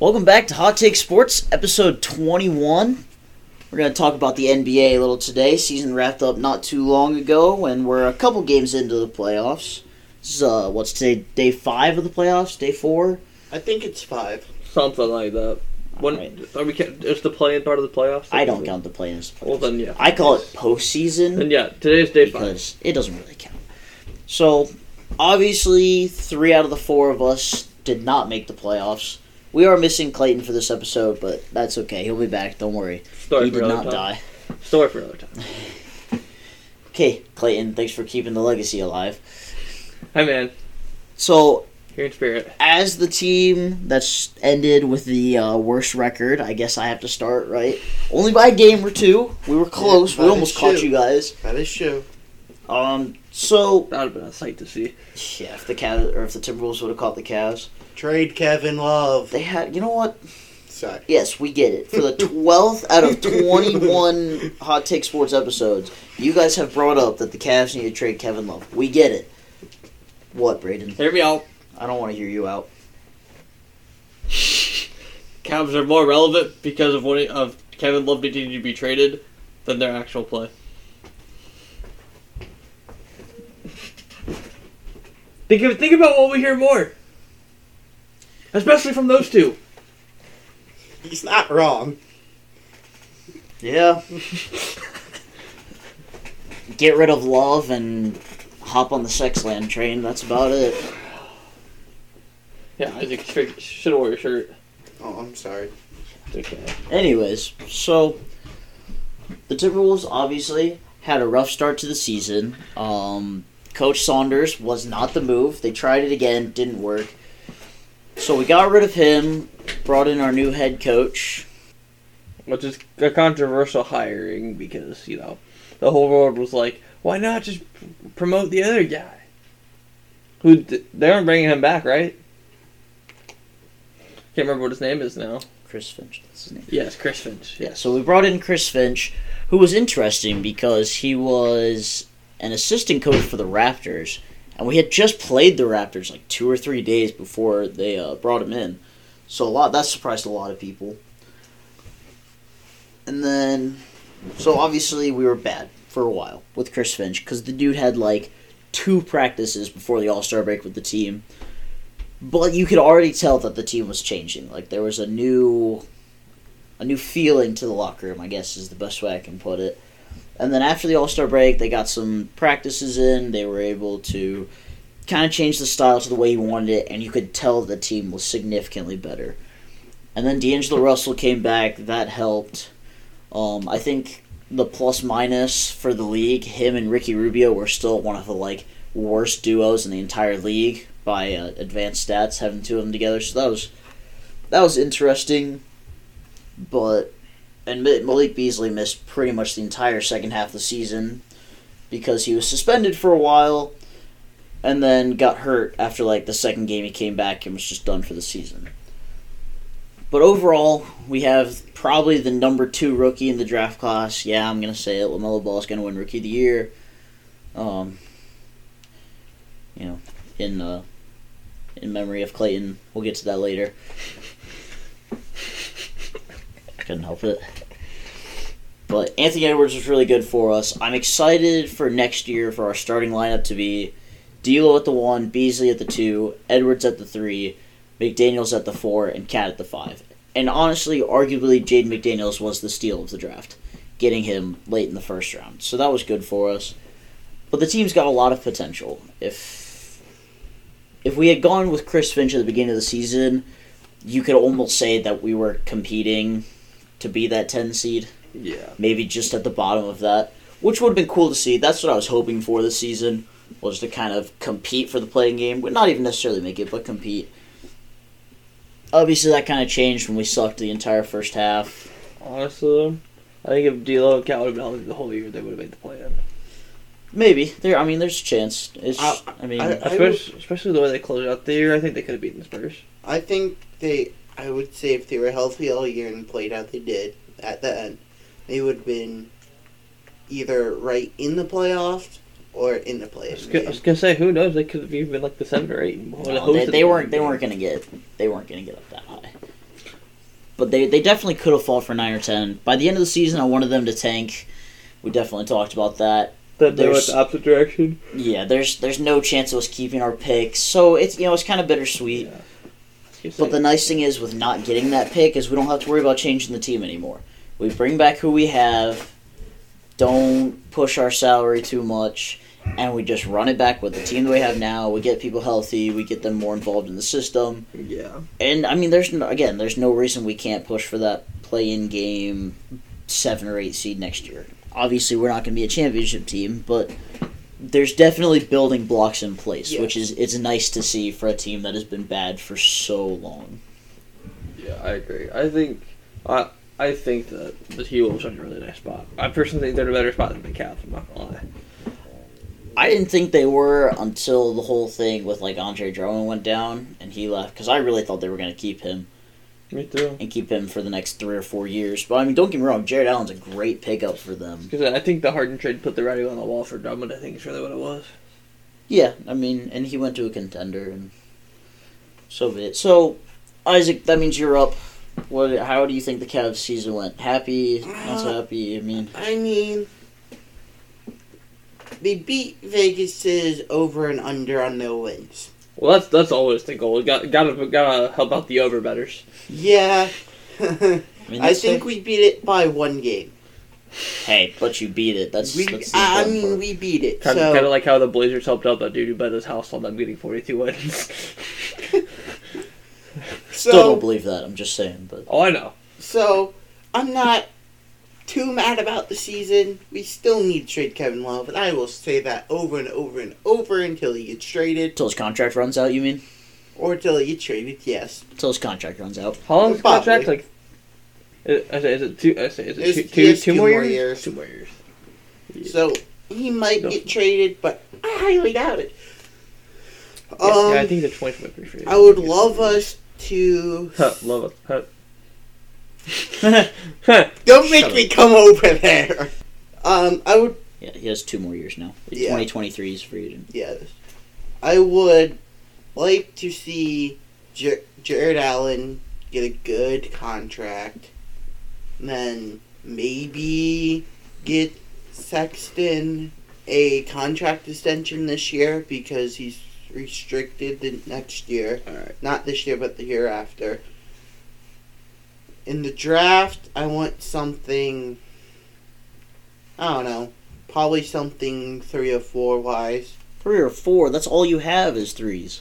Welcome back to Hot Take Sports, episode 21. We're going to talk about the NBA a little today. Season wrapped up not too long ago, and we're a couple games into the playoffs. This is, uh, what's today, day five of the playoffs? Day four? I think it's five. Something like that. When Alright. are we? ca- Is the play-in part of the playoffs? I don't count the playoffs. Well then, yeah. I call it postseason. Then yeah, today's day five. because it doesn't really count. So, obviously, three out of the four of us did not make the playoffs. We are missing Clayton for this episode, but that's okay. He'll be back. Don't worry. Story he for did another not time. die. Story for another time. Okay, Clayton, thanks for keeping the legacy alive. Hi man, So, here in spirit. as the team that's ended with the uh, worst record, I guess I have to start, right? Only by a game or two. We were close. by we a almost caught shoe. you guys. That is true. Um, so, That would have been a sight to see. yeah, if the Cavs, or if the Timberwolves would have caught the Cavs, Trade Kevin Love. they had, you know what? Sorry. Yes, we get it. For the twelfth out of twenty-one Hot Take Sports episodes, you guys have brought up that the Cavs need to trade Kevin Love. We get it. What, Braden? Hear me out. I don't want to hear you out. Cavs are more relevant because of winning of Kevin Love needing to be traded than their actual play. Think of, think about what we hear more, especially from those two. He's not wrong. Yeah. get rid of Love and hop on the Sexland train. That's about it. Yeah, Isaac should should wear a shirt. Oh, I'm sorry. It's okay. Anyways, so the Timberwolves obviously had a rough start to the season. Um, Coach Saunders was not the move. They tried it again, didn't work. So we got rid of him, brought in our new head coach. which is a controversial hiring because you know the whole world was like, why not just promote the other guy? Who d- they aren't bringing him back, right? Can't remember what his name is now. Chris Finch, that's his name. Yes, Chris Finch. Yeah, so we brought in Chris Finch, who was interesting because he was an assistant coach for the Raptors, and we had just played the Raptors like two or three days before they uh, brought him in. So a lot that surprised a lot of people. And then, so obviously we were bad for a while with Chris Finch because the dude had like two practices before the All Star break with the team. But you could already tell that the team was changing. Like there was a new a new feeling to the locker room, I guess is the best way I can put it. And then after the All Star break, they got some practices in. They were able to kind of change the style to the way you wanted it, and you could tell the team was significantly better. And then D'Angelo Russell came back. That helped. Um, I think the plus minus for the league, him and Ricky Rubio were still one of the like worst duos in the entire league by uh, advanced stats, having two of them together. So that was that was interesting but and Ma- Malik Beasley missed pretty much the entire second half of the season because he was suspended for a while and then got hurt after like the second game he came back and was just done for the season. But overall, we have probably the number two rookie in the draft class. Yeah, I'm gonna say it. Lamelo Ball is gonna win Rookie of the Year. Um, you know, in uh, in memory of Clayton, we'll get to that later. Couldn't help it. But Anthony Edwards was really good for us. I'm excited for next year for our starting lineup to be D'Lo at the one, Beasley at the two, Edwards at the three, McDaniels at the four, and Cat at the five. And honestly, arguably, Jaden McDaniels was the steal of the draft, getting him late in the first round. So that was good for us. But the team's got a lot of potential. If if we had gone with Chris Finch at the beginning of the season, you could almost say that we were competing to be that 10 seed, yeah. maybe just at the bottom of that, which would have been cool to see. That's what I was hoping for this season, was to kind of compete for the playing game. Would not even necessarily make it, but compete. Obviously, that kind of changed when we sucked the entire first half. Honestly, I think if D'Lo and Cat would have been healthy the whole year, they would have made the play-in. Maybe there. I mean, there's a chance. It's. I- I mean, I- Especially, especially the way they closed out the year, I think they could have beaten the Spurs. I think they. I would say if they were healthy all year and played out they did at the end, they would have been either right in the playoffs or in the I was, playoffs. gonna, I was gonna say, who knows? They could have even been like the seven or eight. and would have no, they, hosted they the weren't. They game. weren't gonna get. They weren't gonna get up that high. but they, they definitely could have fought for nine or ten. By the end of the season, I wanted them to tank. We definitely talked about that. That they went There's- the opposite direction. Yeah, there's there's no chance of us keeping our pick, so it's you know it's kind of bittersweet. Yeah. But the nice thing is with not getting that pick is we don't have to worry about changing the team anymore. We bring back who we have, don't push our salary too much, and we just run it back with the team that we have now. We get people healthy, we get them more involved in the system, yeah, and I mean, there's no, again, there's no reason we can't push for that play-in game seven or eight seed next year. Obviously, we're not going to be a championship team, but there's definitely building blocks in place, Yeah. which is it's nice to see for a team that has been bad for so long. yeah, I agree. I think I I think that the T Wolves are in a really nice spot. I personally think they're in a better spot than the Cavs. I'm not gonna lie. I didn't think they were until the whole thing with like Andre Drummond went down and he left because I really thought they were going to keep him Me too. and keep him for the next three or four years. But I mean, don't get me wrong, Jared Allen's a great pickup for them. Because I think the Harden trade put the writing on the wall for Drummond. I think is really what it was. Yeah, I mean, and he went to a contender, and so be it. So, Isaac, that means you're up. What? How do you think the Cavs season went? Happy? Not so Uh, happy? I mean, I mean, they beat Vegas's over and under on their wins. Well, that's that's always the goal. Got gotta gotta help out the over betters. Yeah, I I, mean, that's think fair. we beat it by one game. Hey, but you beat it. That's We, that's the I important mean, part. we beat it. Kind of, so kind of like how the Blazers helped out that dude who bet his house on them getting 42 wins. still don't so believe that. I'm just saying, but oh, I know. so, I'm not too mad about the season. We still need to trade Kevin Love, and I will say that over and over and over until he gets traded until his contract runs out, you mean? or until he gets traded. Yes, Until his contract runs out. How long's the Probably. contract? Like, is, I say, is it two? I say, is It's- it two, two, it's two two more more years? years. Two more years. Yeah. so he might No. get traded, but I highly doubt it. Yeah, yeah, Um, I think the 20th might be free. I would love us to. Huh, love it. Huh. Huh. Don't Shut make up. me come over there. Um, I would Yeah, he has two more years now. Yeah. 2023 is free agent. yes, I would like to see Jer- Jared Allen get a good contract, and then maybe get Sexton a contract extension this year because he's restricted the next year. Alright. Not this year, but the year after. In the draft, I want something. I don't know. Probably something three or four wise. Three or four. That's all you have is threes.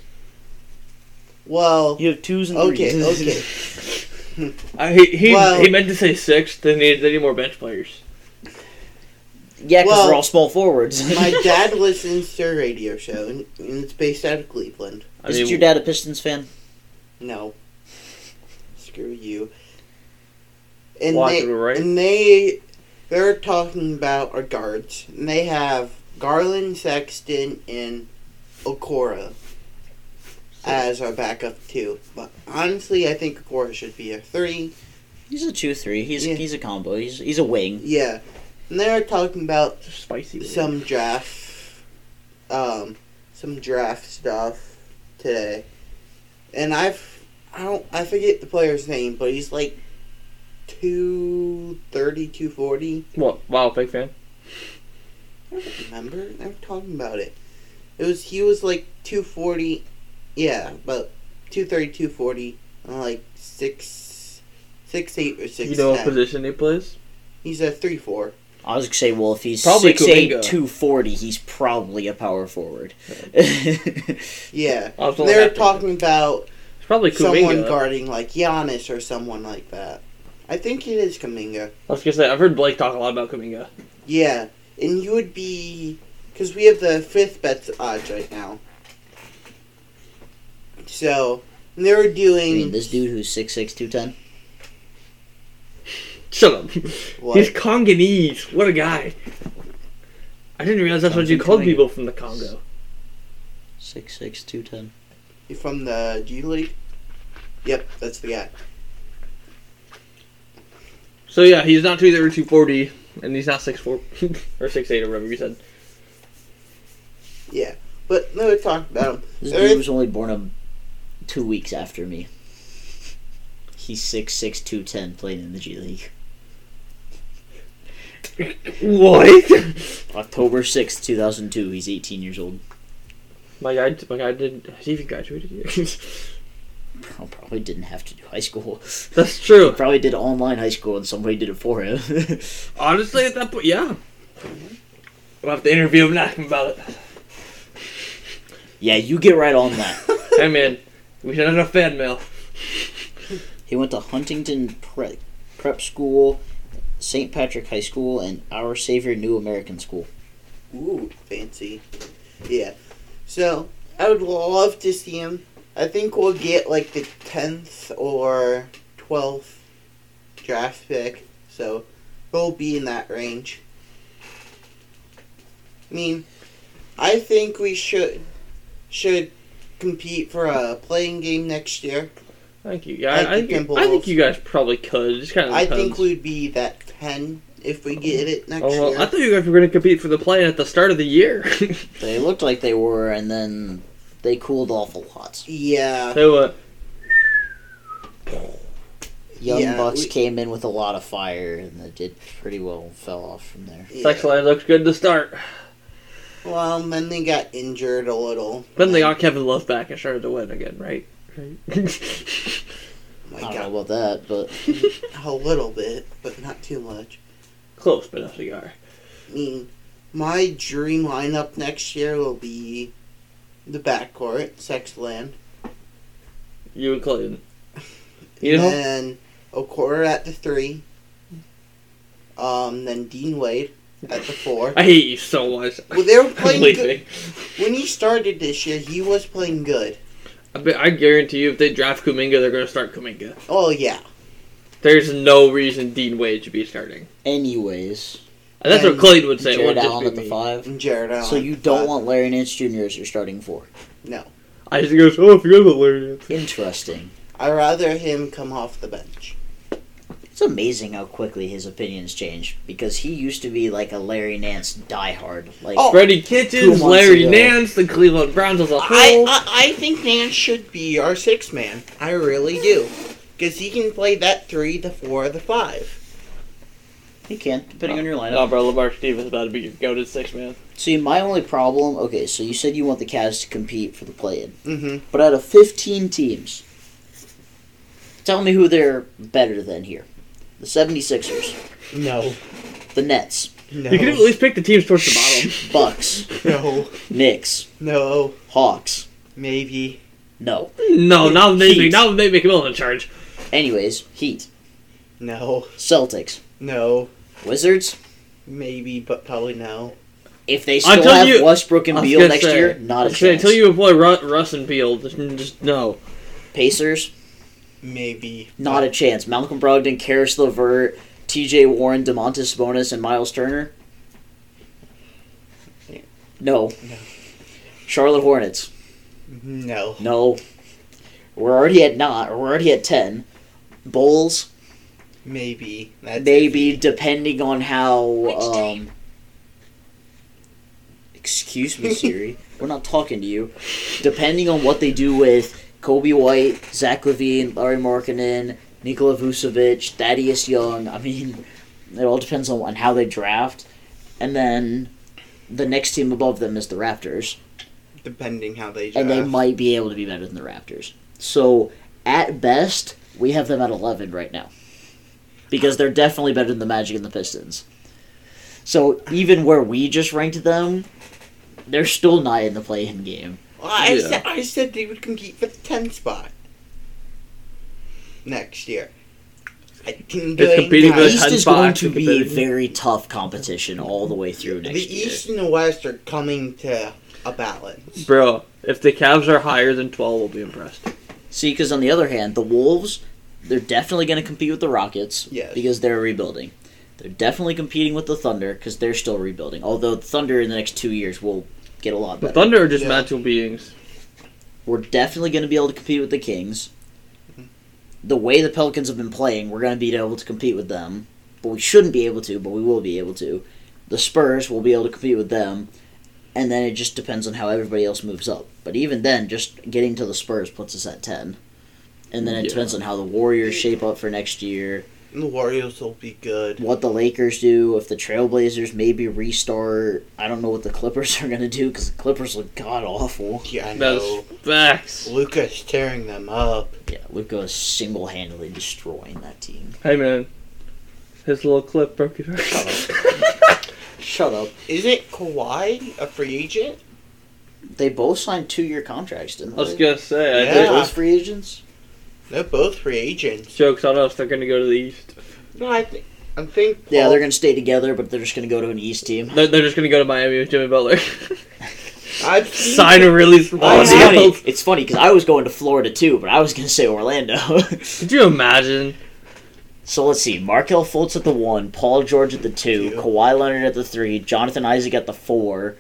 Well, You have twos and okay, threes. okay. I, he he, Well- he meant to say six. They need they need more bench players. Yeah, because Well, they're all small forwards. My dad listens to a radio show, and and it's based out of Cleveland. I Isn't mean, your dad a Pistons fan? No. Screw you. And Why, they, they were right? and they they're talking about our guards. And they have Garland, Sexton, and Okora as our backup two. But honestly, I think Okora should be a three. He's a two three. He's Yeah. he's a combo. He's he's a wing. Yeah. And they're talking about spicy. some draft, um, some draft stuff today, and I've I don't I forget the player's name, but he's like two thirty, two forty. What? Wow, big fan. Remember, I was talking about it. It was he was like two forty, yeah, about two thirty, two forty, and like six, six eight or six. You know what ten. position he plays? He's a three four. I was gonna say, well, if he's Probably six eight, Kuminga. two forty, he's probably a power forward. Yeah, I was the one they're that- talking about It's probably someone Kuminga. guarding like Giannis or someone like that. I think it is Kaminga. I was gonna say I've heard Blake talk a lot about Kuminga. Yeah, and you would be because we have the fifth best odds right now. So and they were I doing mean, this dude who's six six, two ten. Shut up. What? He's Congolese. What a guy. I didn't realize that's what you Duncan called Kuminga. people from the Congo. Six six, two ten. from the G League. Yep, that's the guy. So yeah, he's not two thirty two forty, and he's not six four or six eight or whatever you said. Yeah, but they were talking about him. This There is- dude was only born um, two weeks after me. He's six six two ten playing in the G League. What? October sixth, two thousand two. He's eighteen years old. my guy, my guy did. Has he even graduated yet? Pro- Probably didn't have to do high school. That's true. Probably did online high school and somebody did it for him. Honestly, at that point, yeah. We'll have to interview him and ask him about it. yeah, you get right on that. hey man, we sent out a fan mail. He went to Huntington Prep Prep School, St. Patrick High School, and Our Savior New American School. Ooh, fancy. Yeah. So I would love to see him. I think we'll get like the tenth or twelfth draft pick. So we'll be in that range. I mean, I think we should should compete for a playing game next year. Thank you. Yeah, I, I, Thank you, think, Gimbal. I think you guys probably could. Just kind of. I think we'd be that ten if we get it next Oh, well, year. I thought you guys were going to compete for the play at the start of the year. They looked like they were, and then they cooled off a lot. yeah. they went, Young Yeah, Bucks we- came in with a lot of fire, and they did pretty well. and Fell off from there. sex yeah. line looks good to start. Well, and then they got injured a little. Then they got Kevin Love back and started to win again, right? Right. Oh my I don't God. know about that, but A little bit, but not too much. Close, but not cigar. I mean, my dream lineup next year will be the backcourt, Sexland, You and Clayton. You and know? then O'Corder at the three, um, then Dean Wade at the four. I hate you so much. Well, they were playing I'm good- leaving. When he started this year, he was playing good. I, bet, I guarantee you, if they draft Kuminga, they're going to start Kuminga. Oh yeah, There's no reason Dean Wade should be starting. anyways, And that's And what Clayton would say. it Jared wouldn't just Allen be at the me. five. and Jared Allen. So you don't but want Larry Nance Jr. as your starting four. I just goes, oh, I forgot about Larry. Interesting. I'd rather him come off the bench. It's amazing how quickly his opinions change because he used to be like a Larry Nance diehard. Like Oh, Freddie Two Kitchens, months Larry ago. Nance, the Cleveland Browns as a whole. I, I I think Nance should be our six man. I really do, because he can play that three, the four, the five. he can depending Uh, on your lineup. No, bro, Lamar Stevens about to be your goaded six man. See, my only problem. Okay, so you said you want the Cavs to compete for the play-in, hmm but out of fifteen teams, tell me who they're better than here: the 76ers, No. the Nets, No. You can at least pick the teams towards the bottom. Bucks, no. Knicks, No. Hawks. Maybe. No. No, now they Heat. make, now they make Miller in charge. Anyways, Heat, No. Celtics, No. Wizards. Maybe, but probably no. If they still Until have you- Westbrook and I was Beal gonna next say- year, not a I was gonna chance. Until you employ Ru- Russ and Beal, just, just no. Pacers, Maybe. Not a chance. Malcolm Brogdon, Karis LeVert, T.J. Warren, Demontis Sabonis, and Miles Turner. No. Charlotte Hornets. No. No. We're already at not. We're already at ten. Bulls, Maybe. That's Uh, maybe depending on how. Um, excuse me, Siri. We're not talking to you. Depending on what they do with Kobe White, Zach Levine, Larry Markkinen, Nikola Vucevic, Thaddeus Young. I mean, it all depends on, on how they draft, and then the next team above them is the Raptors, Depending how they and they draft. might be able to be better than the Raptors. So at best, we have them at eleven right now, because they're definitely better than the Magic and the Pistons. So even where we just ranked them, they're still not in the play-in game. Well, I, Yeah. said, I said they would compete for the 10 spot. Next year. I think It's competing for the that. The East 10 is spot going to to be a competitive. very tough competition all the way through next The year. East and the West are coming to a balance. Bro, if the Cavs are higher than 12, we'll be impressed. See, because on the other hand, the Wolves, they're definitely going to compete with the Rockets Yes. because they're rebuilding. They're definitely competing with the Thunder because they're still rebuilding. Although the Thunder in the next two years will get a lot The better. Thunder are just Yeah. magical beings. We're definitely going to be able to compete with the Kings. The way the Pelicans have been playing, we're going to be able to compete with them. But we shouldn't be able to, but we will be able to. The Spurs will be able to compete with them. And then it just depends on how everybody else moves up. But even then, just getting to the Spurs puts us at 10. and then it Yeah. depends on how the Warriors shape up for next year, And the Warriors will be good. what the Lakers do, if the Trailblazers maybe restart. I don't know what the Clippers are gonna do because the Clippers look god awful. Yeah, I That's know. facts. Luca's tearing them up. Yeah, Luka is single handedly destroying that team. Hey man, his little clip broke it. Shut up. Is it Kawhi a free agent? They both signed two year contracts, didn't I was they? gonna say. I They're Yeah. think both free agents. They're both free agents. jokes on us. They're gonna go to the East. No, I think I think Yeah, Paul- they're gonna stay together, but they're just gonna go to an East team. They're, they're just gonna go to Miami with Jimmy Butler. I've seen Sign a really Oh, small it's yeah. funny. deal. It's funny because I was going to Florida too, but I was gonna say Orlando. Could you imagine? so let's see: Markel Fultz at the one, Paul George at the two, Two. Kawhi Leonard at the three, Jonathan Isaac at the four,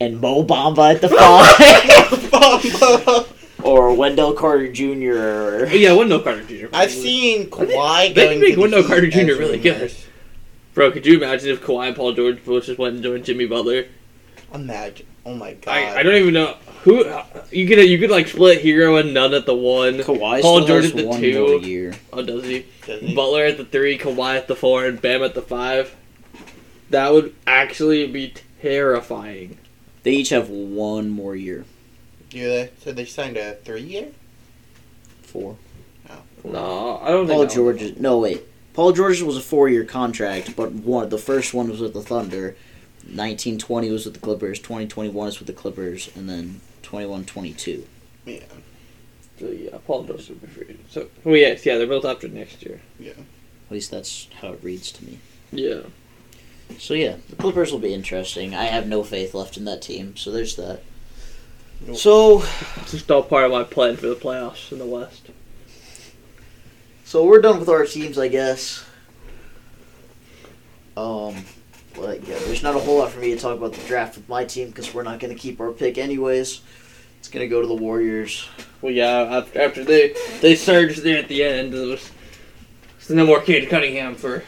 and Mo Bamba at the five, or Wendell Carter Jr. Yeah, Wendell Carter Jr. I've seen Kawhi. they can going make to the Wendell Heat Carter Jr. as really rumors. good. Bro, could you imagine if Kawhi and Paul George both just went and joined Jimmy Butler? Imagine. Oh my god. I, I don't even know who you could you could like split Hero and Nunn at the one. Kawhi Paul still George has at the one two. more year. Oh, does he? Does he- Butler at the three, Kawhi at the four, and Bam at the five. That would actually be terrifying. They each have one more year. Do they? So they signed a three-year. Four. No, I don't Paul think. George. is- No wait. Paul George was a four-year contract, but one the first one was with the Thunder. 1920 was with the Clippers. 2021 is with the Clippers, and then 21 22. Yeah. So, yeah, Paul George would be free. So, well, yes, yeah, they're both after next year. At least that's how it reads to me. Yeah. So yeah, the Clippers will be interesting. I have no faith left in that team, so there's that. Nope. So It's just all part of my plan for the playoffs in the West. so we're done with our teams, I guess. Um, but yeah, there's not a whole lot for me to talk about the draft with my team because we're not going to keep our pick anyways. It's going to go to the Warriors. Well, yeah, after, after they they surged there at the end, it was, it's no more Cade Cunningham for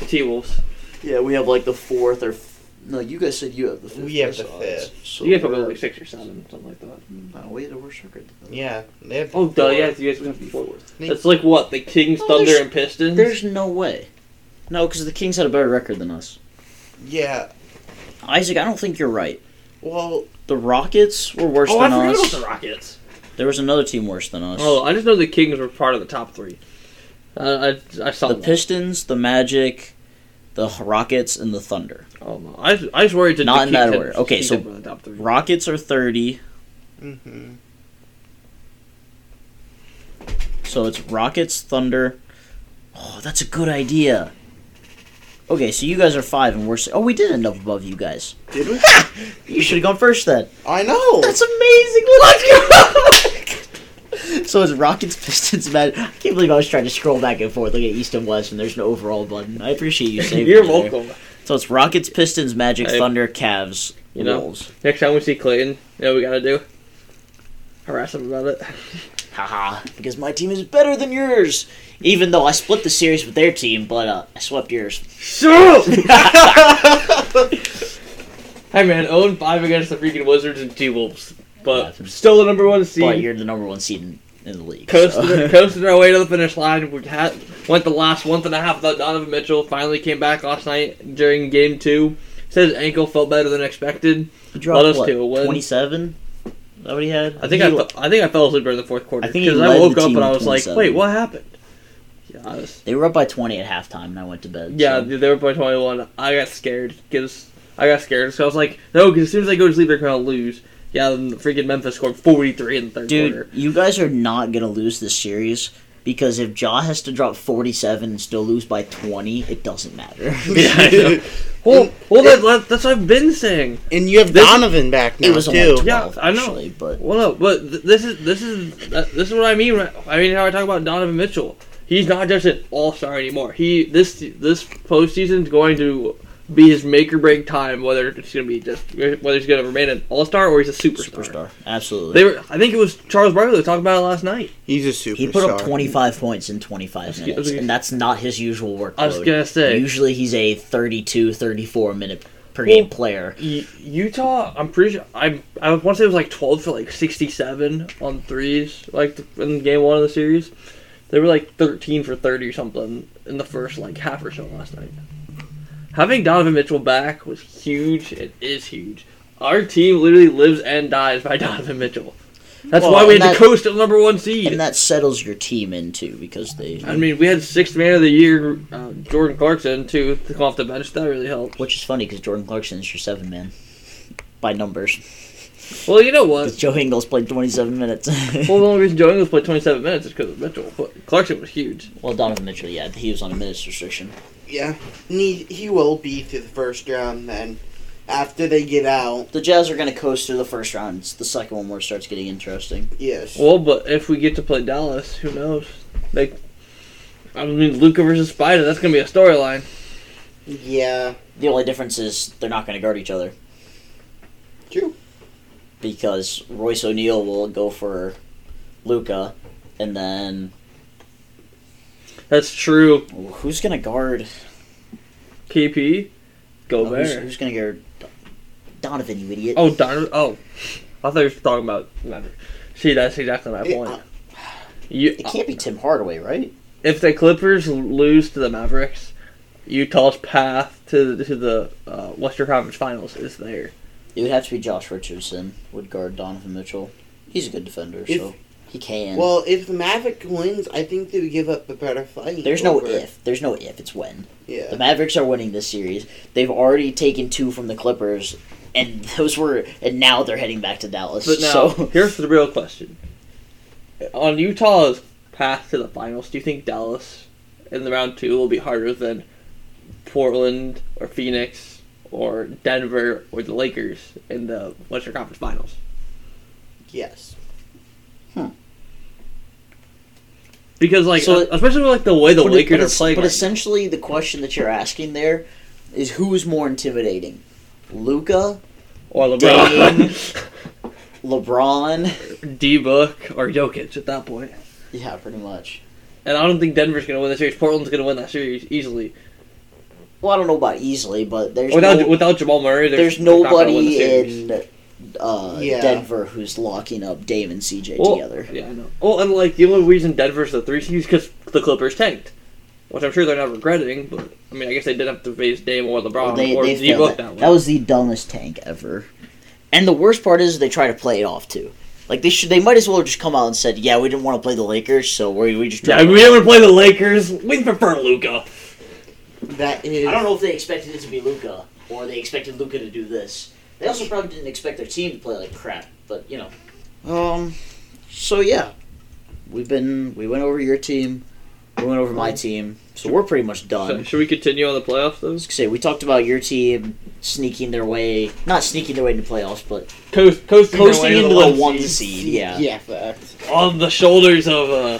the T Wolves. Yeah, we have like the fourth or f- no. You guys said you have the fifth. We have I the saw it. fifth. So You guys probably we're- Oh, like six or seven, something like that. No, wait, we're suckered. Yeah. They have. Oh, duh, four. yeah, you guys would have to be fourth. They- That's like what the Kings, No, Thunder, Oh, there's- and Pistons. There's no way. No, because the Kings had a better record than us. Yeah. Isaac, I don't think you're right. Well, The Rockets were worse oh, I than forgot us. about the Rockets. There was another team worse than us. Oh, I just know the Kings were part of the top three. Uh, I I saw the that. Pistons, the Magic, the Rockets, and the Thunder. Oh, no. I just- I just worried that Not the in that Kings had- order. Okay, Kings so- had one of the top three. Rockets are thirty, mm-hmm. so it's Rockets, Thunder. Oh, that's a good idea. Okay, so you guys are five and we're six. Oh, we did end up above you guys. did we? You should have gone first then. I know. That's amazing. Let's go. so it's Rockets, Pistons, Magic. I can't believe I was trying to scroll back and forth, look at East and West, and there's an overall button. I appreciate you saving. You're me there. welcome. So it's Rockets, Pistons, Magic, Hey. Thunder, Cavs, You know. Wolves. Next time we see Clayton, you know what we gotta do? Harass him about it. Haha. Because my team is better than yours. Even though I split the series with their team, but uh, I swept yours. Shut up! hey man, 0 5 against the freaking Wizards and T Wolves. But Yeah. still the number one But seed. you're the number one seed in, in the league. Coasted, so. coasted our way to the finish line. We had, went the last month and a half without Donovan Mitchell. Finally came back last night during game two. Says ankle felt better than expected. He dropped, us what, to a win. 27? Is that what he had? I think He I, fe- I think I fell asleep during the fourth quarter I think he because I led woke the up team and I with was like, 27. wait, what happened? Yeah, I was- They were up by 20 at halftime, and I went to bed. Yeah, so- dude, they were by 21. I got scared because I got scared. So I was like, no, because as soon as they go to sleep, they're going to lose. Yeah, then freaking Memphis scored 43 in the third Dude, quarter. you guys are not gonna lose this series because if Ja has to drop forty-seven and still lose by twenty, it doesn't matter. Yeah, I know. Well, well that, that- that's what I've been saying. and you have This- Donovan back now it was too. only twelve, Yeah, I know. actually, but Well, no, but th- this is this is uh, this is what I mean. when- I mean how I talk about Donovan Mitchell. He's not just an all star anymore. He this this postseason is going to be his make or break time. Whether it's going to be just whether he's going to remain an all star or he's a superstar. superstar, absolutely. They were. I think it was Charles Barkley that talked about it last night. He's a superstar. he put up twenty-five points in twenty-five was minutes, gonna- and that's not his usual workload. I was gonna say. usually he's a 32, 34 minute. per Well- game player. U- Utah, I'm pretty sure I I want to say it was like 12 for like 67 on threes, like th- in game one of the series. They were like 13 for 30 or something in the first like half or so last night. Having Donovan Mitchell back was huge. It is huge. Our team literally lives and dies by Donovan Mitchell. That's Well, why we and had that- the coast at number one seed. And that settles your team in too because they, I mean, we had sixth man of the year, uh, Jordan Clarkson, too, to come off the bench. That really helped. which is funny because Jordan Clarkson is your seven man by numbers. Well, you know what? 'Cause Joe Ingles played twenty seven minutes. Well, the only reason Joe Ingles played 27 minutes is because of Mitchell, but Clarkson was huge. well, Donovan Mitchell, yeah, he was on a minutes restriction. Yeah, and he, he will be through the first round. Then, after they get out, The Jazz are going to coast through the first round. It's the second one where it starts getting interesting. yes. Well, but if we get to play Dallas, who knows? Like, I mean, Luca versus Spider, that's going to be a storyline. yeah, The only difference is they're not going to guard each other true. because Royce O'Neal will go for Luca, and then That's true. well, who's going to guard? KP, Oh, who's Gobert. who's going to guard Donovan? You idiot! Oh, Donovan. Oh, I thought you were talking about Leonard. See, that's exactly my It- uh, point. You, uh, it can't be Tim Hardaway, right? if the Clippers lose to the Mavericks, Utah's path to the, to the uh, Western Conference Finals is there. It would have to be Josh Richardson would guard Donovan Mitchell. He's a good defender, If- so he can. Well, if the Maverick wins, I think they would give up a better fight. there's no over- if. There's no if. It's when. The Yeah. Mavericks are winning this series. They've already taken two from the Clippers, and those were. And now they're heading back to Dallas. But now, so here's the real question: On Utah's path to the finals, do you think Dallas in the round two will be harder than Portland or Phoenix or Denver or the Lakers in the Western Conference Finals? Yes. Because like, So- uh, especially with, like the way the but, it- Lakers but are es- playing, but right essentially, the question that you're asking there is who is more intimidating, Luca, now, or LeBron, LeBron? D Book, or Jokic at that point. Yeah, pretty much. And I don't think Denver's going to win that series. Portland's going to win that series easily. Well, I don't know about easily, but there's Without no- without Jamal Murray, there's, there's nobody in uh, Yeah. Denver who's locking up Dame and CJ well, together. Yeah, I know. Well, and like the only reason Denver's the three seed is because the Clippers tanked, which I'm sure they're not regretting. But I mean, I guess they did have to face Dame or LeBron Well, they, or they D failed Book that. that, That, way. was the dumbest tank ever. And the worst part is they try to play it off too. Like they should, they might as well have just come out and said, "Yeah, we didn't want to play the Lakers, so we we just." yeah, we didn't want to play the Lakers. We prefer Luca. That is. I don't know if they expected it to be Luca or they expected Luca to do this. They also probably didn't expect their team to play like crap, but you know. Um. So yeah, we've been we went over your team, we went over my team, so we're pretty much done. So, should we continue on the playoffs? Though was gonna say we talked about your team sneaking their way, not sneaking their way into playoffs, but coast coasting, their coasting way to into the the one seed. seed. Yeah, Yeah, fact. on the shoulders of uh,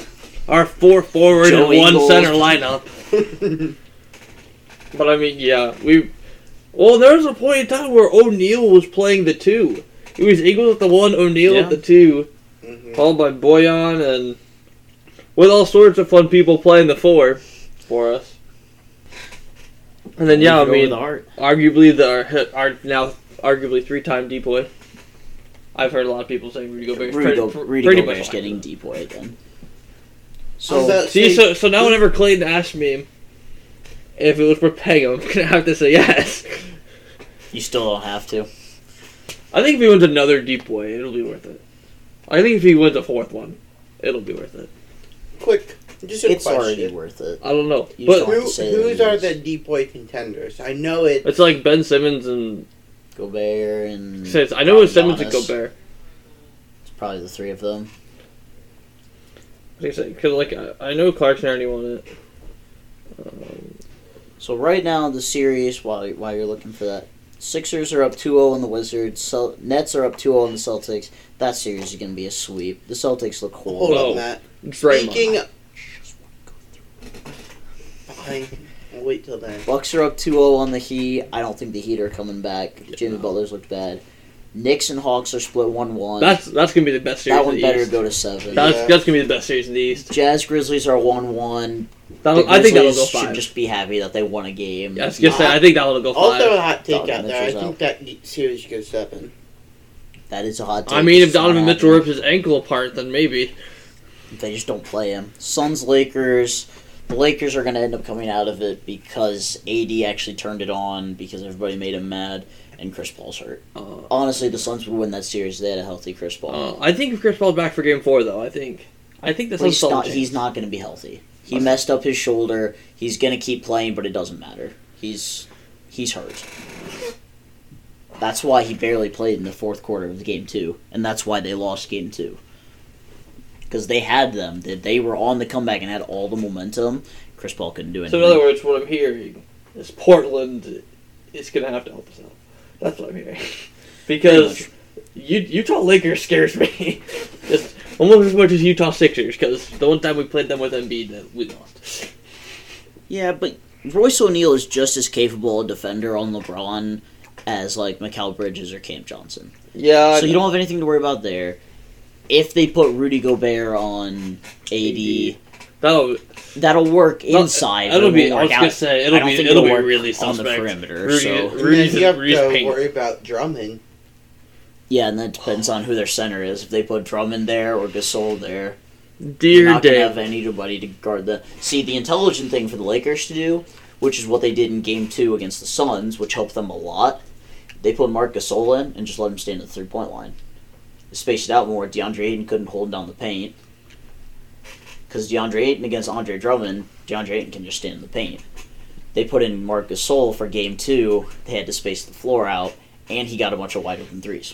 our four forward Joe and one Ingles. center lineup. Mm-hmm. But I mean, yeah, we. Well, there was a point in time where O'Neal was playing the two. It was Ingles at the one, O'Neal Yeah. at the two. Mhm. followed by Boyan and with all sorts of fun people playing the four for us. And then yeah, I Over mean, the heart. arguably the our now arguably three-time depoy. I've heard a lot of people saying Rudy Gobert's Rudy, pretty, Go- pr- Rudy pretty Gobert's much getting deep way again. I was So about to See, say- so so now whenever Clayton asked me if it was for Pego, I'm gonna have to say yes. you still don't have to. I think if he wins another depoy, it'll be worth it. I think if he wins a fourth one, it'll be worth it. quick, just a It's already question. worth it. I don't know, You but just don't- Who, Hard to say whose that are is. the deep boy contenders? I know it. it's like Ben Simmons and Gobert and Since I know it's probably Simmons and Giannis. Gobert. It's probably the three of them. Because like I, I know Clarkson already won it. So right now the series, while while you're looking for that, Sixers are up 2-0 on the Wizards. Cel- Nets are up 2-0 on the Celtics. That series is going to be a sweep. The Celtics look Hold horrible. Whoa. on, Matt. Draymond. Speaking. Of... Fine. I'll wait till then. oh Bucks are up 2-0 on the Heat. I don't think the Heat are coming back. Jimmy No. Butler's looked bad. Knicks and Hawks are split one one. That's that's gonna be the best series. That in one the better East. go to uh, seven. That's Yeah. that's gonna be the best series in the East. Jazz Grizzlies are one one. That'll, I think that'll go should five. just be happy that they won a game. Yeah, I was gonna say, I think that'll go I'll throw five. a hot take Donovan out there. I Mitchell's think that series goes seven. That is a hot. Take. I mean, if It's not Donovan Mitchell happening. rips his ankle apart, then maybe. they just don't play him. Suns Lakers. The Lakers are going to end up coming out of it because AD actually turned it on because everybody made him mad and Chris Paul's hurt. Uh, Honestly, the Suns would win that series. if They had a healthy Chris Paul. uh, I think if Chris Paul's back for Game Four, though, I think I think this But he's is not. He's not going to be healthy. He messed up his shoulder. He's going to keep playing, but it doesn't matter. He's he's hurt. That's why he barely played in the fourth quarter of the game two, and that's why they lost game two. Because they had them, that they were on the comeback and had all the momentum. Chris Paul couldn't do So anything. in other words, what I'm hearing is Portland is gonna have to help us out. That's what I'm hearing because U- Utah Lakers scares me just almost as much as Utah Sixers because the one time we played them with Embiid that we lost. yeah, but Royce O'Neal is just as capable a defender on LeBron as like Mikal Bridges or Cam Johnson. Yeah, so you don't have anything to worry about there. If they put Rudy Gobert on AD, that'll that'll work No, inside. but It'll it be. won't I work was gonna out say it'll I don't be. think It'll it'll be work really on the suspect. perimeter. Rudy- so and Rudy's, then you have Rudy's to paint. worry about Drummond. yeah, and that depends on who their center is. If they put Drummond there or Gasol there, you're Dear not gonna Dave, have anybody to guard the. See, the intelligent thing for the Lakers to do, which is what they did in Game Two against the Suns, which helped them a lot. They put Mark Gasol in and just let him stand at the three point line. Spaced it out more. DeAndre Ayton couldn't hold down the paint because DeAndre Ayton against Andre Drummond, DeAndre Ayton can just stand in the paint. They put in Mark Gasol for Game Two. They had to space the floor out, and he got a bunch of wide open threes.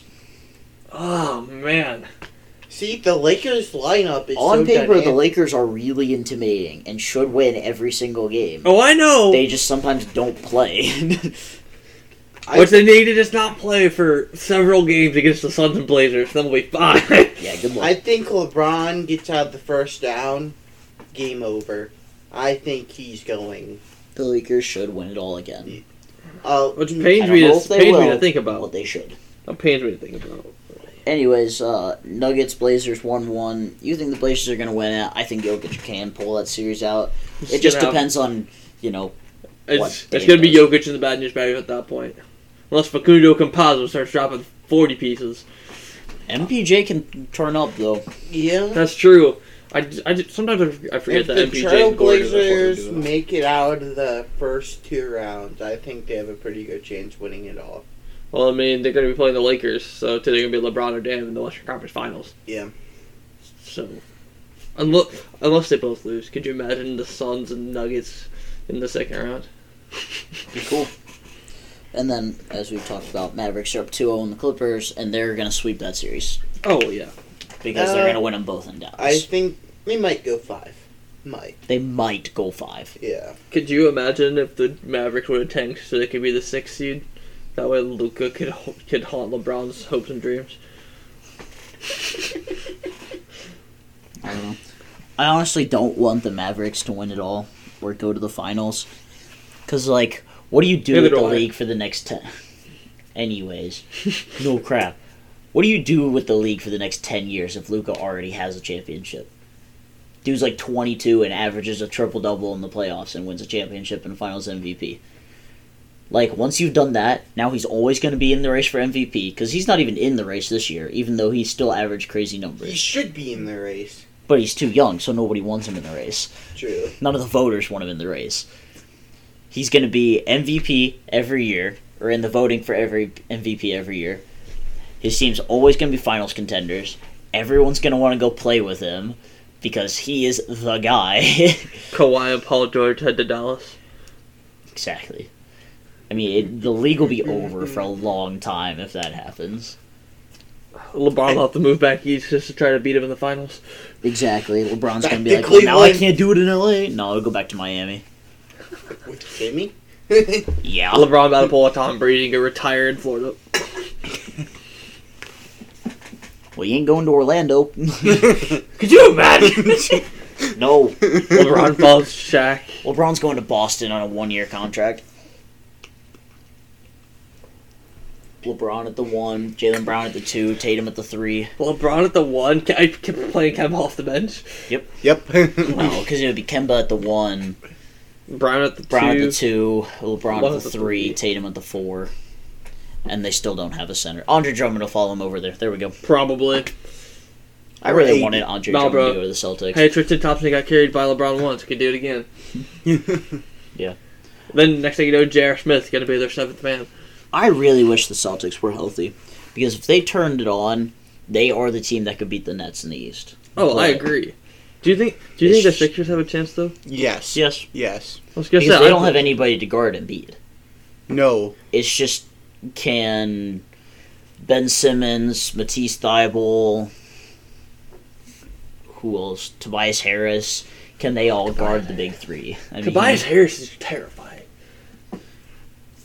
oh man, See, the Lakers lineup is On so paper, the dynamic. Lakers are really intimidating and should win every single game. oh I know. they just sometimes don't play. Which they need to just not play for several games against the Suns and Blazers. Then we'll be fine. yeah, good luck. I think LeBron gets out the first down. Game over. I think he's going. the Lakers should win it all again. Uh, Which mm, I pains don't me. know To, if they pains me will, to think Well, about. they should. That pains me to think about. Anyways, uh, Nuggets Blazers one one. You think the Blazers are gonna win it? I think Jokic can pull that series out. It just gonna- depends on you know. what It's, Dame it's gonna be does. Jokic and the bad news bears at that point, unless Facundo Campazzo starts dropping forty pieces. MPJ can turn up though. yeah. That's true. I, j- I j- sometimes I f- I forget If that the MPJ is going to the Trailblazers Portland. make it out of the first two rounds, I think they have a pretty good chance winning it all. Well, I mean, they're going to be playing the Lakers, so today they're going to be LeBron or Dame in the Western Conference Finals. Yeah. So, unless, unless they both lose, could you imagine the Suns and Nuggets in the second round? Be cool. And then, as we talked about, Mavericks are up 2-0 on the Clippers, and they're going to sweep that series Oh yeah, because they're Uh, going to win them both in Dallas. I think we might go five. Might. they might go five. Yeah. could you imagine if the Mavericks would have tanked so they could be the sixth seed? That way, Luca could ho- could haunt LeBron's hopes and dreams. I don't know. I honestly don't want the Mavericks to win it all or go to the finals. Because, like, what do you do Neither with do the I. league for the next 10... Anyways. no crap. What do you do with the league for the next 10 years if Luca already has a championship? Dude's like 22 and averages a triple double in the playoffs and wins a championship and finals MVP. Like, once you've done that, now he's always going to be in the race for MVP because he's not even in the race this year, even though he still averaged crazy numbers He should be in the race. but he's too young, so nobody wants him in the race. True. None of the voters want him in the race. He's going to be MVP every year, or in the voting for every MVP every year. His team's always going to be finals contenders. Everyone's going to want to go play with him because he is the guy. Kawhi and Paul George head to Dallas. exactly. I mean, it, the league will be over for a long time if that happens. LeBron will have to move back east just to try to beat him in the finals. Exactly. LeBron's going to be Back like, to well, now I Cleveland." can't do it in LA. No, I'll go back to Miami. With Jimmy? Yeah. LeBron about to pull a Tom Brady and get retired in Florida. Well, you ain't going to Orlando. Could you imagine? no. LeBron falls Shaq. LeBron's going to Boston on a one year contract. LeBron at the one, Jalen Brown at the two, Tatum at the three. LeBron at the one. Ke- I kept playing Kemba off the bench. Yep. No, because it would be Kemba at the one, Brown at the Brown two. at the two, LeBron Love at the the three, three. Tatum at the four, and they still don't have a center. Andre Drummond will follow him over there. There we go. Probably. I really Hey, wanted Andre nah, Drummond to go bro. to the Celtics. Hey, Tristan Thompson got carried by LeBron once. Could do it again. Then next thing you know, J.R. Smith's gonna be their seventh man. I really wish the Celtics were healthy because if they turned it on, they are the team that could beat the Nets in the East. Oh, I Right. agree. Do you think? Do you think the Sixers have a chance though? yes. Yes, Yes. Let's guess because that. they I don't think- have anybody to guard Embiid. No. It's just can Ben Simmons, Matisse Thybulle, who else? Tobias Harris. Can they all guard the big three? I mean, Tobias Harris is terrifying.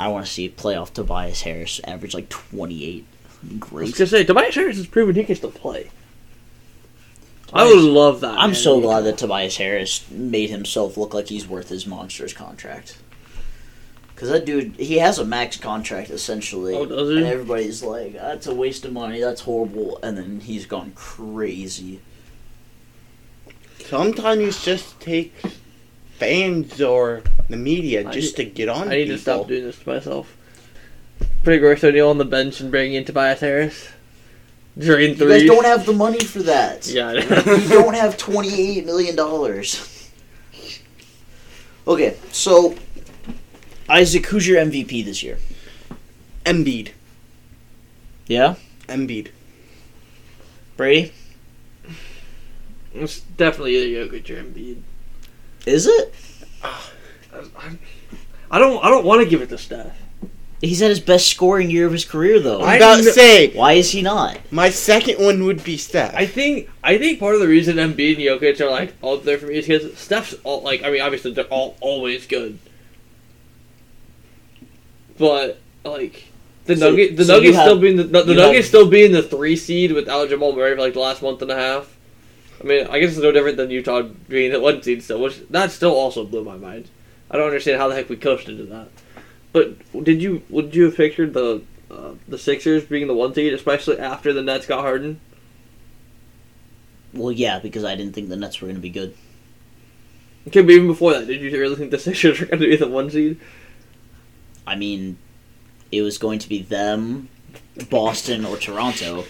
I want to see playoff Tobias Harris average like twenty eight. I was Great. gonna say Tobias Harris has proven he can still play. I would love that. I'm man. so glad that Tobias Harris made himself look like he's worth his monsters contract. Because that dude, he has a max contract essentially. Oh, does he? And everybody's like, that's a waste of money, that's horrible. And then he's gone crazy. Sometimes it's just take fans or the media I just to get on. I need people. to stop doing this to myself. Putting Royce O'Neal on the bench and bringing in Tobias Harris during You three. guys don't have the money for that. Yeah, I you know. don't have $28 million. Okay, so Isaac, who's your MVP this year? Embiid. Yeah? Embiid. Brady? it's definitely either Jokic or Embiid. Is it? I- I don't. I don't want to give it to Steph. He's had his best scoring year of his career, though. I'm I about to kn- say Why is he not? my second one would be Steph. I think. I think part of the reason Embiid and Jokic are like all there for me is because Steph's all like. I mean, obviously they're all always good, but like the So- Nuggets. The so you Nuggets have- still being the, the you Nuggets have- still being the three seed without Jamal Murray for like the last month and a half. I mean, I guess it's no different than Utah being the one seed still, which that still also blew my mind. I don't understand how the heck we coasted to that. But did you would you have pictured the uh, the Sixers being the one seed, especially after the Nets got Harden? Well, yeah, because I didn't think the Nets were going to be good. Okay, but even before that, did you really think the Sixers were going to be the one seed? I mean, it was going to be them, Boston, or Toronto,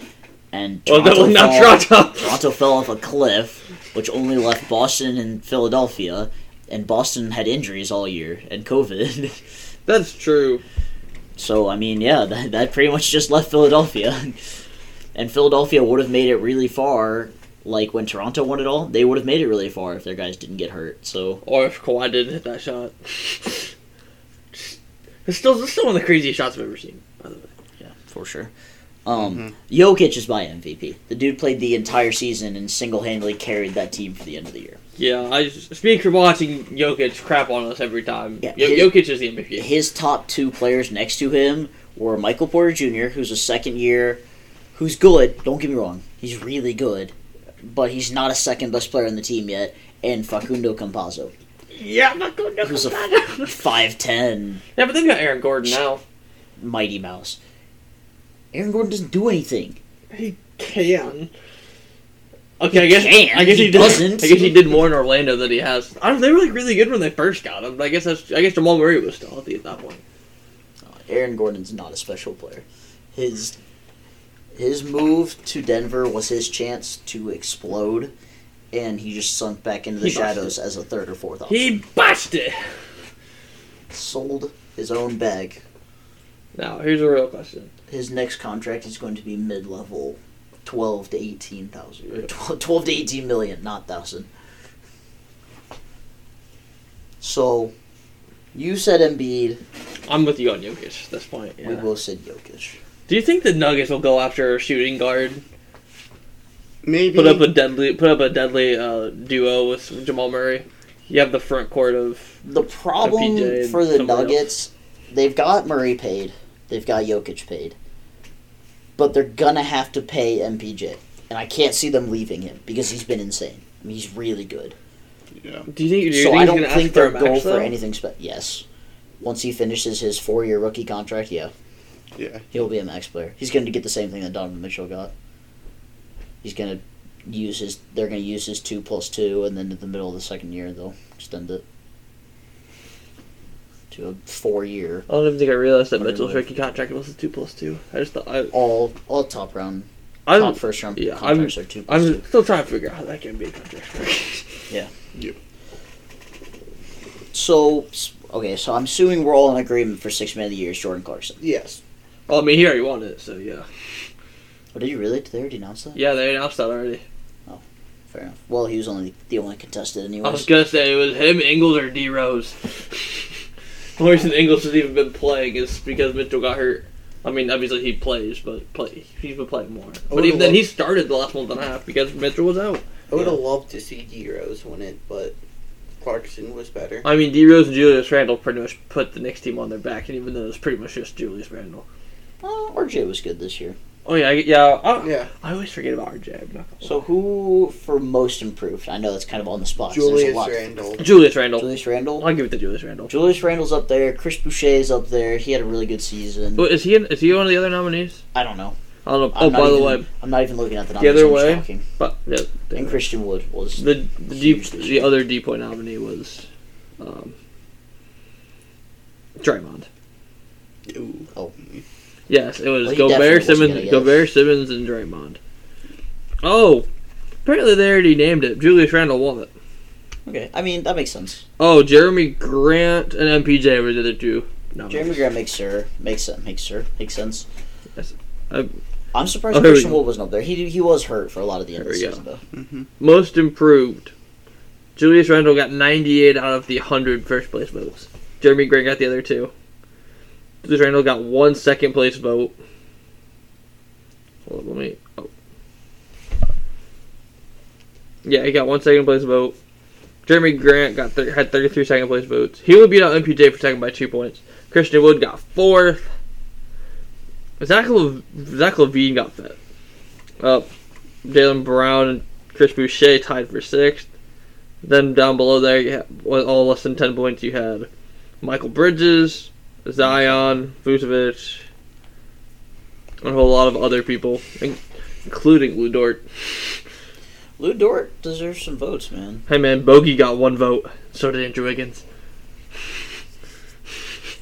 and Well, Toronto, no, not fell, Toronto. Toronto fell off a cliff, which only left Boston and Philadelphia. And Boston had injuries all year and COVID. That's true. So, I mean, yeah, that, that pretty much just left Philadelphia. and Philadelphia would have made it really far. Like when Toronto won it all, they would have made it really far if their guys didn't get hurt. So, Or if Kawhi didn't hit that shot. It's still, it's still one of the craziest shots I've ever seen, by the way. Yeah, for sure. Um, Mm-hmm. Mm-hmm. Jokic is my MVP. The dude played the entire season and single-handedly carried that team for the end of the year. Yeah, I just, speak for watching Jokic crap on us every time. Yeah, Yo- his- Jokic is the MVP. His top two players next to him were Michael Porter Jr., who's a second year, who's good. Don't get me wrong, he's really good, but he's not a second best player on the team yet. And Facundo Campazzo, Yeah, I'm not going down. who's a yeah, five ten but they've got Aaron Gordon now. mighty mouse. Aaron Gordon doesn't do anything. He can. Okay, I guess can, I guess he he, did, doesn't. I guess he did more in Orlando than he has. I don't, they were like really good when they first got him. But I guess that's, I guess Jamal Murray was still healthy at that point. Aaron Gordon's not a special player. His his move to Denver was his chance to explode, and he just sunk back into the He busted. shadows as a third or fourth option. He busted. sold his own bag. Now, here's a real question. His next contract is going to be mid level, twelve to eighteen thousand, or twelve, 12 to eighteen million, not thousand. So, you said Embiid. I'm with you on Jokic at this point. We yeah. both said Jokic. Do you think the Nuggets will go after a shooting guard? Maybe Put up a deadly, put up a deadly uh, duo with Jamal Murray. You have the front court of The problem PJ and for the somebody Nuggets, they've got Murray paid, they've got Jokic paid, but they're gonna have to pay MPJ, and I can't see them leaving him because he's been insane. I mean, he's really good. Do you think? Do you so think I he's don't gonna ask think for they're a max, going for though? anything. Spe- yes, once he finishes his four-year rookie contract, yeah, Yeah. He'll be a max player. He's going to get the same thing that Donovan Mitchell got. He's going to use his. They're going to use his two plus two, and then in the middle of the second year, they'll extend it to a four year. I don't even think I realized that Wonder Mitchell's what- rookie contract was a two plus two. I just thought I, All all top round, I'm top first round yeah, contracts are two plus I'm two. still trying to figure out how that can be a contract. So s- okay, so I'm assuming we're all in agreement for six man of the year, is Jordan Clarkson. Yes. well, I mean, he already won it, so yeah. Oh, did you really? Did they already announce that? Yeah, they announced that already. Fair enough. Well, he was only the only contested I anyways. was gonna say it was him, Ingles, or D Rose. the only reason Ingles has even been playing is because Mitchell got hurt. I mean, obviously he plays, but play he's been playing more. But would've even then, loved- he started the last month and a half because Mitchell was out. I would have loved to see D Rose win it, but Clarkson was better. I mean, D Rose and Julius Randle pretty much put the next team on their back, and even though it was pretty much just Julius Randle. Uh, RJ was good this year. Oh yeah, I, yeah, I, Yeah. I always forget about RJ. I'm not gonna So who for most improved? I know that's kind of on the spot. 'cause there's a Julius lot. Randle. lie. Julius Randle. Julius Randle. I'll give it to Julius Randle. Julius Randle's up there. Chris Boucher's up there. He had a really good season. Wait, is he in, is he one of the other nominees? I don't know. I don't know. I'm oh, not by the even- way, I'm not even looking at the The numbers. other I'm just way? talking. but yeah, And Christian Wood was the the, D, Huge this the year. other D point nominee was um, Draymond. Ooh. Oh. Yes, it was Well, he definitely Gobert wasn't Simmons, gonna get it. Gobert Simmons, and Draymond. Oh, apparently they already named it. Julius Randle won it. okay. I mean that makes sense. Oh, Jeremy Grant and MPJ were the other two. Jeremy nominees. Grant makes sure makes sense. Makes sure makes sense. Yes. I- I'm surprised Oh, here we Christian go. Wood wasn't up there. He he was hurt for a lot of the end of There the we go. season though. Mm-hmm. Most improved. Julius Randle got 98 out of the 100 first place votes. Jeremy Grant got the other two. Julius Randle got one second place vote. Hold on, let me. Oh. Yeah, he got one second place vote. Jeremy Grant got thir- had 33 second place votes. He would beat out MPJ for second by two points. Christian Wood got fourth. Zach, Le- Zach Levine got fifth. Uh, Jalen Brown and Chris Boucher tied for sixth. Then down below there, you have, with all less than 10 points, you had Michael Bridges, Zion, Vucevic, and a whole lot of other people, in- including Lou Dort. Lou Dort deserves some votes, man. Hey man, Bogey got one vote, so did Andrew Wiggins.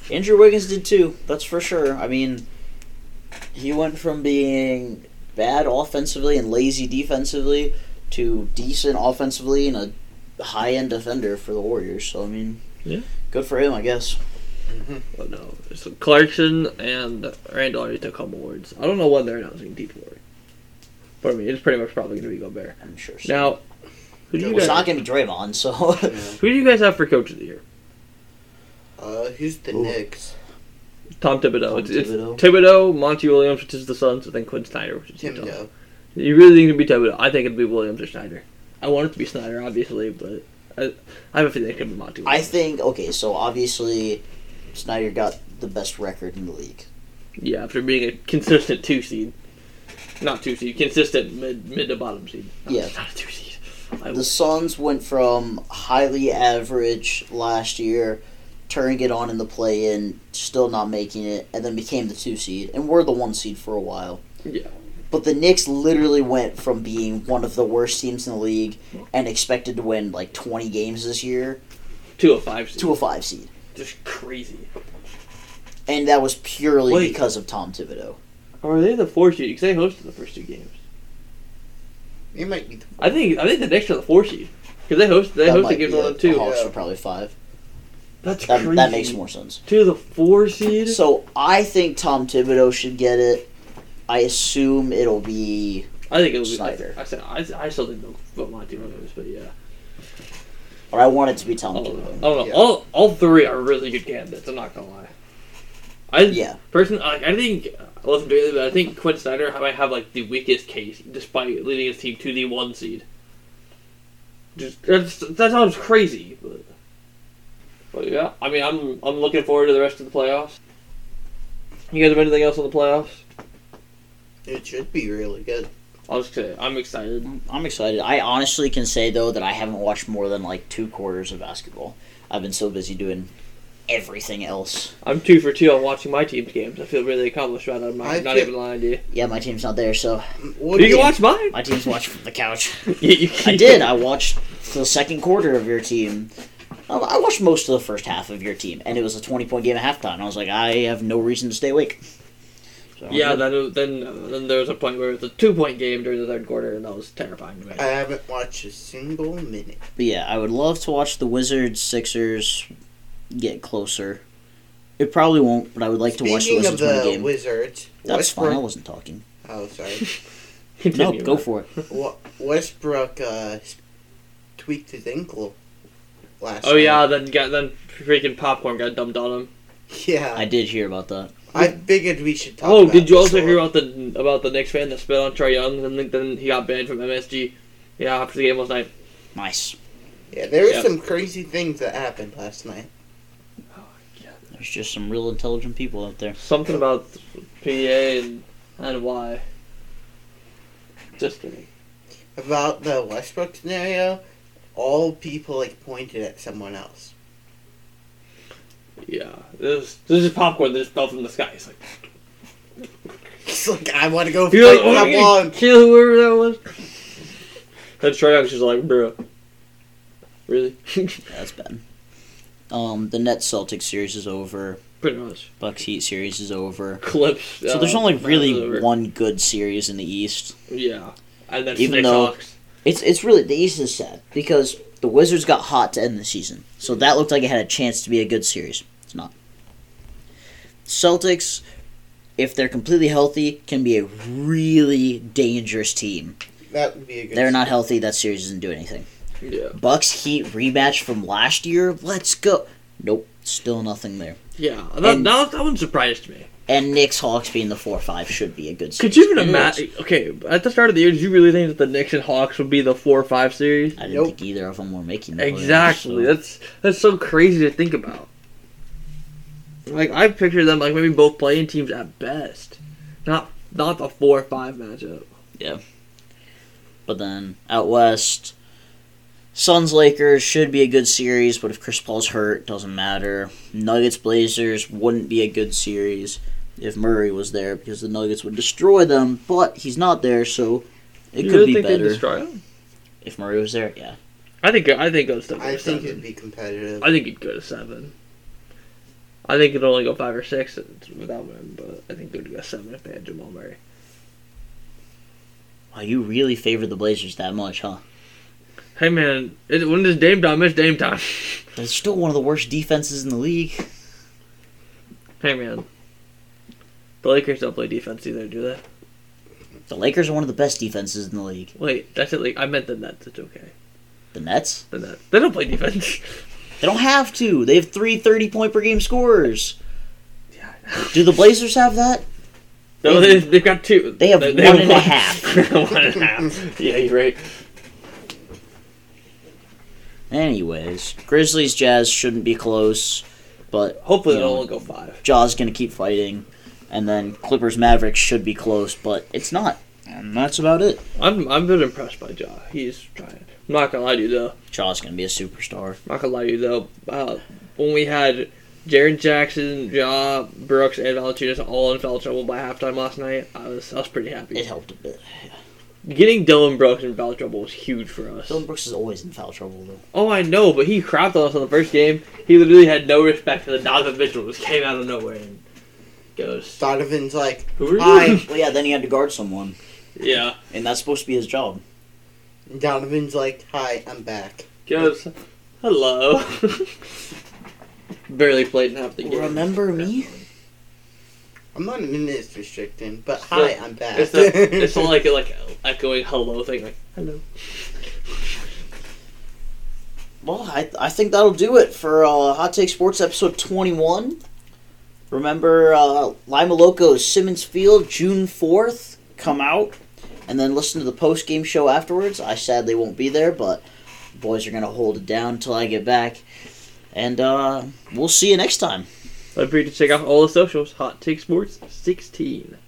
Andrew Wiggins did too. That's for sure. I mean, he went from being bad offensively and lazy defensively to decent offensively and a high end defender for the Warriors. So I mean, Yeah. good for him, I guess. Oh no, so Clarkson and Randall already took home awards. I don't know when they're announcing Deep Glory. But I mean, it's pretty much probably going to be Gobert. I'm sure. So. Now, who do, Well, you it's guys, not going to be Draymond, so who do you guys have for Coach of the Year? Uh, who's the Ooh. Knicks? Tom Thibodeau. Tom it's, it's Thibodeau. Thibodeau. Monty Williams, which is the Suns, and then Quinn Snyder, which is Tim Utah. Doe. You really think it'd be Thibodeau? I think it'd be Williams or Snyder. I want it to be Snyder, obviously, but I, I have a feeling it could be Monty. I Williams. think okay. So obviously, Snyder got the best record in the league. yeah, after being a consistent two seed, not two seed, consistent mid mid to bottom seed. Not- Yeah. not a two seed. I The Suns went from highly average last year, turning it on in the play in, still not making it, and then became the two seed, and were the one seed for a while. Yeah. But the Knicks literally went from being one of the worst teams in the league and expected to win like 20 games this year two of five seed. to a five seed. Just crazy. And that was purely Wait. because of Tom Thibodeau. Or are they the four seed? Because they hosted the first two games. It might be the I think I think the Knicks are the four seed because they hosted they that hosted games one a, and two. a Hawks Yeah. were probably five. That's Uh-huh. That, crazy. that makes more sense. Two of the four seed. So I think Tom Thibodeau should get it. I assume it'll be I think it was Snyder. I said I, I still think they'll vote Monty Williams, but yeah, or I want it to be Tom all, I don't Thibodeau. know. Yeah. All all three are really good candidates. I'm not gonna lie. I Yeah. personally, like, I think I wasn't doing it, but I think Quinn Snyder might have like the weakest case, despite leading his team to the one seed. Just that's, that sounds crazy, but but yeah, I mean, I'm I'm looking forward to the rest of the playoffs. You guys have anything else on the playoffs? It should be really good. I'll just say I'm excited. I'm excited. I honestly can say though that I haven't watched more than like two quarters of basketball. I've been so busy doing everything else. I'm two for two on watching my team's games. I feel really accomplished right now. I'm I not, not feel- even lying to you. Yeah, my team's not there, so What you do can you- watch mine. my team's watching from the couch. You- you I can't. did. I watched the second quarter of your team. Um, I watched most of the first half of your team, and it was a twenty-point game at halftime. I was like, I have no reason to stay awake. So, Yeah, then it- then uh, then there was a point where it was a two point game during the third quarter, and that was terrifying to me. I haven't watched a single minute. But yeah, I would love to watch the Wizards Sixers get closer. It probably won't, but I would like to watch the Speaking of Wizards win a the game. Wizards, That's fine. I Westbrook. wasn't talking. Oh, sorry. No, Continue. go for it. Wa- Westbrook uh, tweaked his ankle last. Oh yeah, night. then got then freaking popcorn got dumped on him. yeah. I did hear about that. I figured we should talk. oh, about did you this also a hear lot. about the about the Knicks fan that spit on Trey Young and then- then he got banned from MSG? Yeah, after the game last night. Nice. Yeah, there were Yeah. some crazy things that happened last night. There's just some real intelligent people out there. Something about PA and and why. Just kidding. About the Westbrook scenario, all people like pointed at someone else. Yeah, this this is popcorn that just fell from the sky. It's like, He's like, I want to go you're fight "Oh, someone. kill whoever that was. And Trey Young's just like, bro, really? Yeah, that's bad. Um, the Nets Celtics series is over. Pretty much. Bucks Heat series is over. Clips. So uh, there's only that was really over. one good series in the East. Yeah, and then Even Even though- Hawks. It's it's really the East is sad because the Wizards got hot to end the season, so that looked like it had a chance to be a good series. It's not. Celtics, if they're completely healthy, can be a really dangerous team. That would be a good. They're not healthy. That series doesn't do anything. Yeah, Bucks Heat rematch from last year. Let's go. Nope, still nothing there. yeah. That, And- that, that one surprised me. And Knicks Hawks being the four five should be a good. series. Could you It even imagine? Okay, at the start of the year, did you really think that the Knicks and Hawks would be the four or five series? I didn't Nope. think either of them were making the playoffs, Exactly. so- That's that's so crazy to think about. Like I picture them like maybe both playing teams at best, not not the four or five matchup. But then out west, Suns Lakers should be a good series, but if Chris Paul's hurt, doesn't matter. Nuggets Blazers wouldn't be a good series if Murray was there because the Nuggets would destroy them, but he's not there, so it You could really be think they'd better destroy them? if Murray was there. Yeah. I think I think it'll still go I to think seven. it'd be competitive. I think it'd go to seven. I think it'd only go five or six without him, but I think it'd go seven if they had Jamal Murray. Wow, you really favor the Blazers that much, huh? Hey man, it, when is Dame time? It's Dame time. They're still one of the worst defenses in the league. Hey man, the Lakers don't play defense either, do they? The Lakers are one of the best defenses in the league. Wait, that's it. Like I meant the Nets. It's okay. The Nets? The Nets. They don't play defense. They don't have to. They have three 30 point per game scorers. yeah. Do the Blazers have that? No, they, they've got two. They have one and a half. one and a half. Yeah, you're right. Anyways, Grizzlies Jazz shouldn't be close, but Hopefully, you it'll know, only go five. Jaw's gonna keep fighting, and then Clippers Mavericks should be close, but it's not, and that's about it. I'm I'm been impressed by Ja. He's trying. I'm not gonna lie to you though. Jaw's gonna be a superstar. I'm not gonna lie to you though. Uh, when we had Jaron Jackson, Ja, Brooks, and Valanciunas all in foul trouble by halftime last night, I was I was pretty happy. It helped a bit. Getting Dylan Brooks in foul trouble was huge for us. Dylan Brooks is always in foul trouble though. Oh, I know, but he crapped on us on the first game. He literally had no respect for the Donovan Mitchell. Just came out of nowhere and goes. Donovan's like, Who are you? hi. Well, yeah, then he had to guard someone, yeah. and that's supposed to be his job. Donovan's like, hi, I'm back. Goes. Hello. Barely played in half the game. Remember me? I'm not minutes restricting, but It's hi, the- I'm back. It's not, it's not like a like echoing hello thing. Like hello. Well, I, I think that'll do it for uh, Hot Take Sports episode 21. Remember, uh, Lima Locos, Simmons Field, June 4th. Come out and then listen to the post game show afterwards. I sadly won't be there, but the boys are going to hold it down until I get back. And uh, we'll see you next time. Don't forget to check out all the socials. Hot Take Sports 16.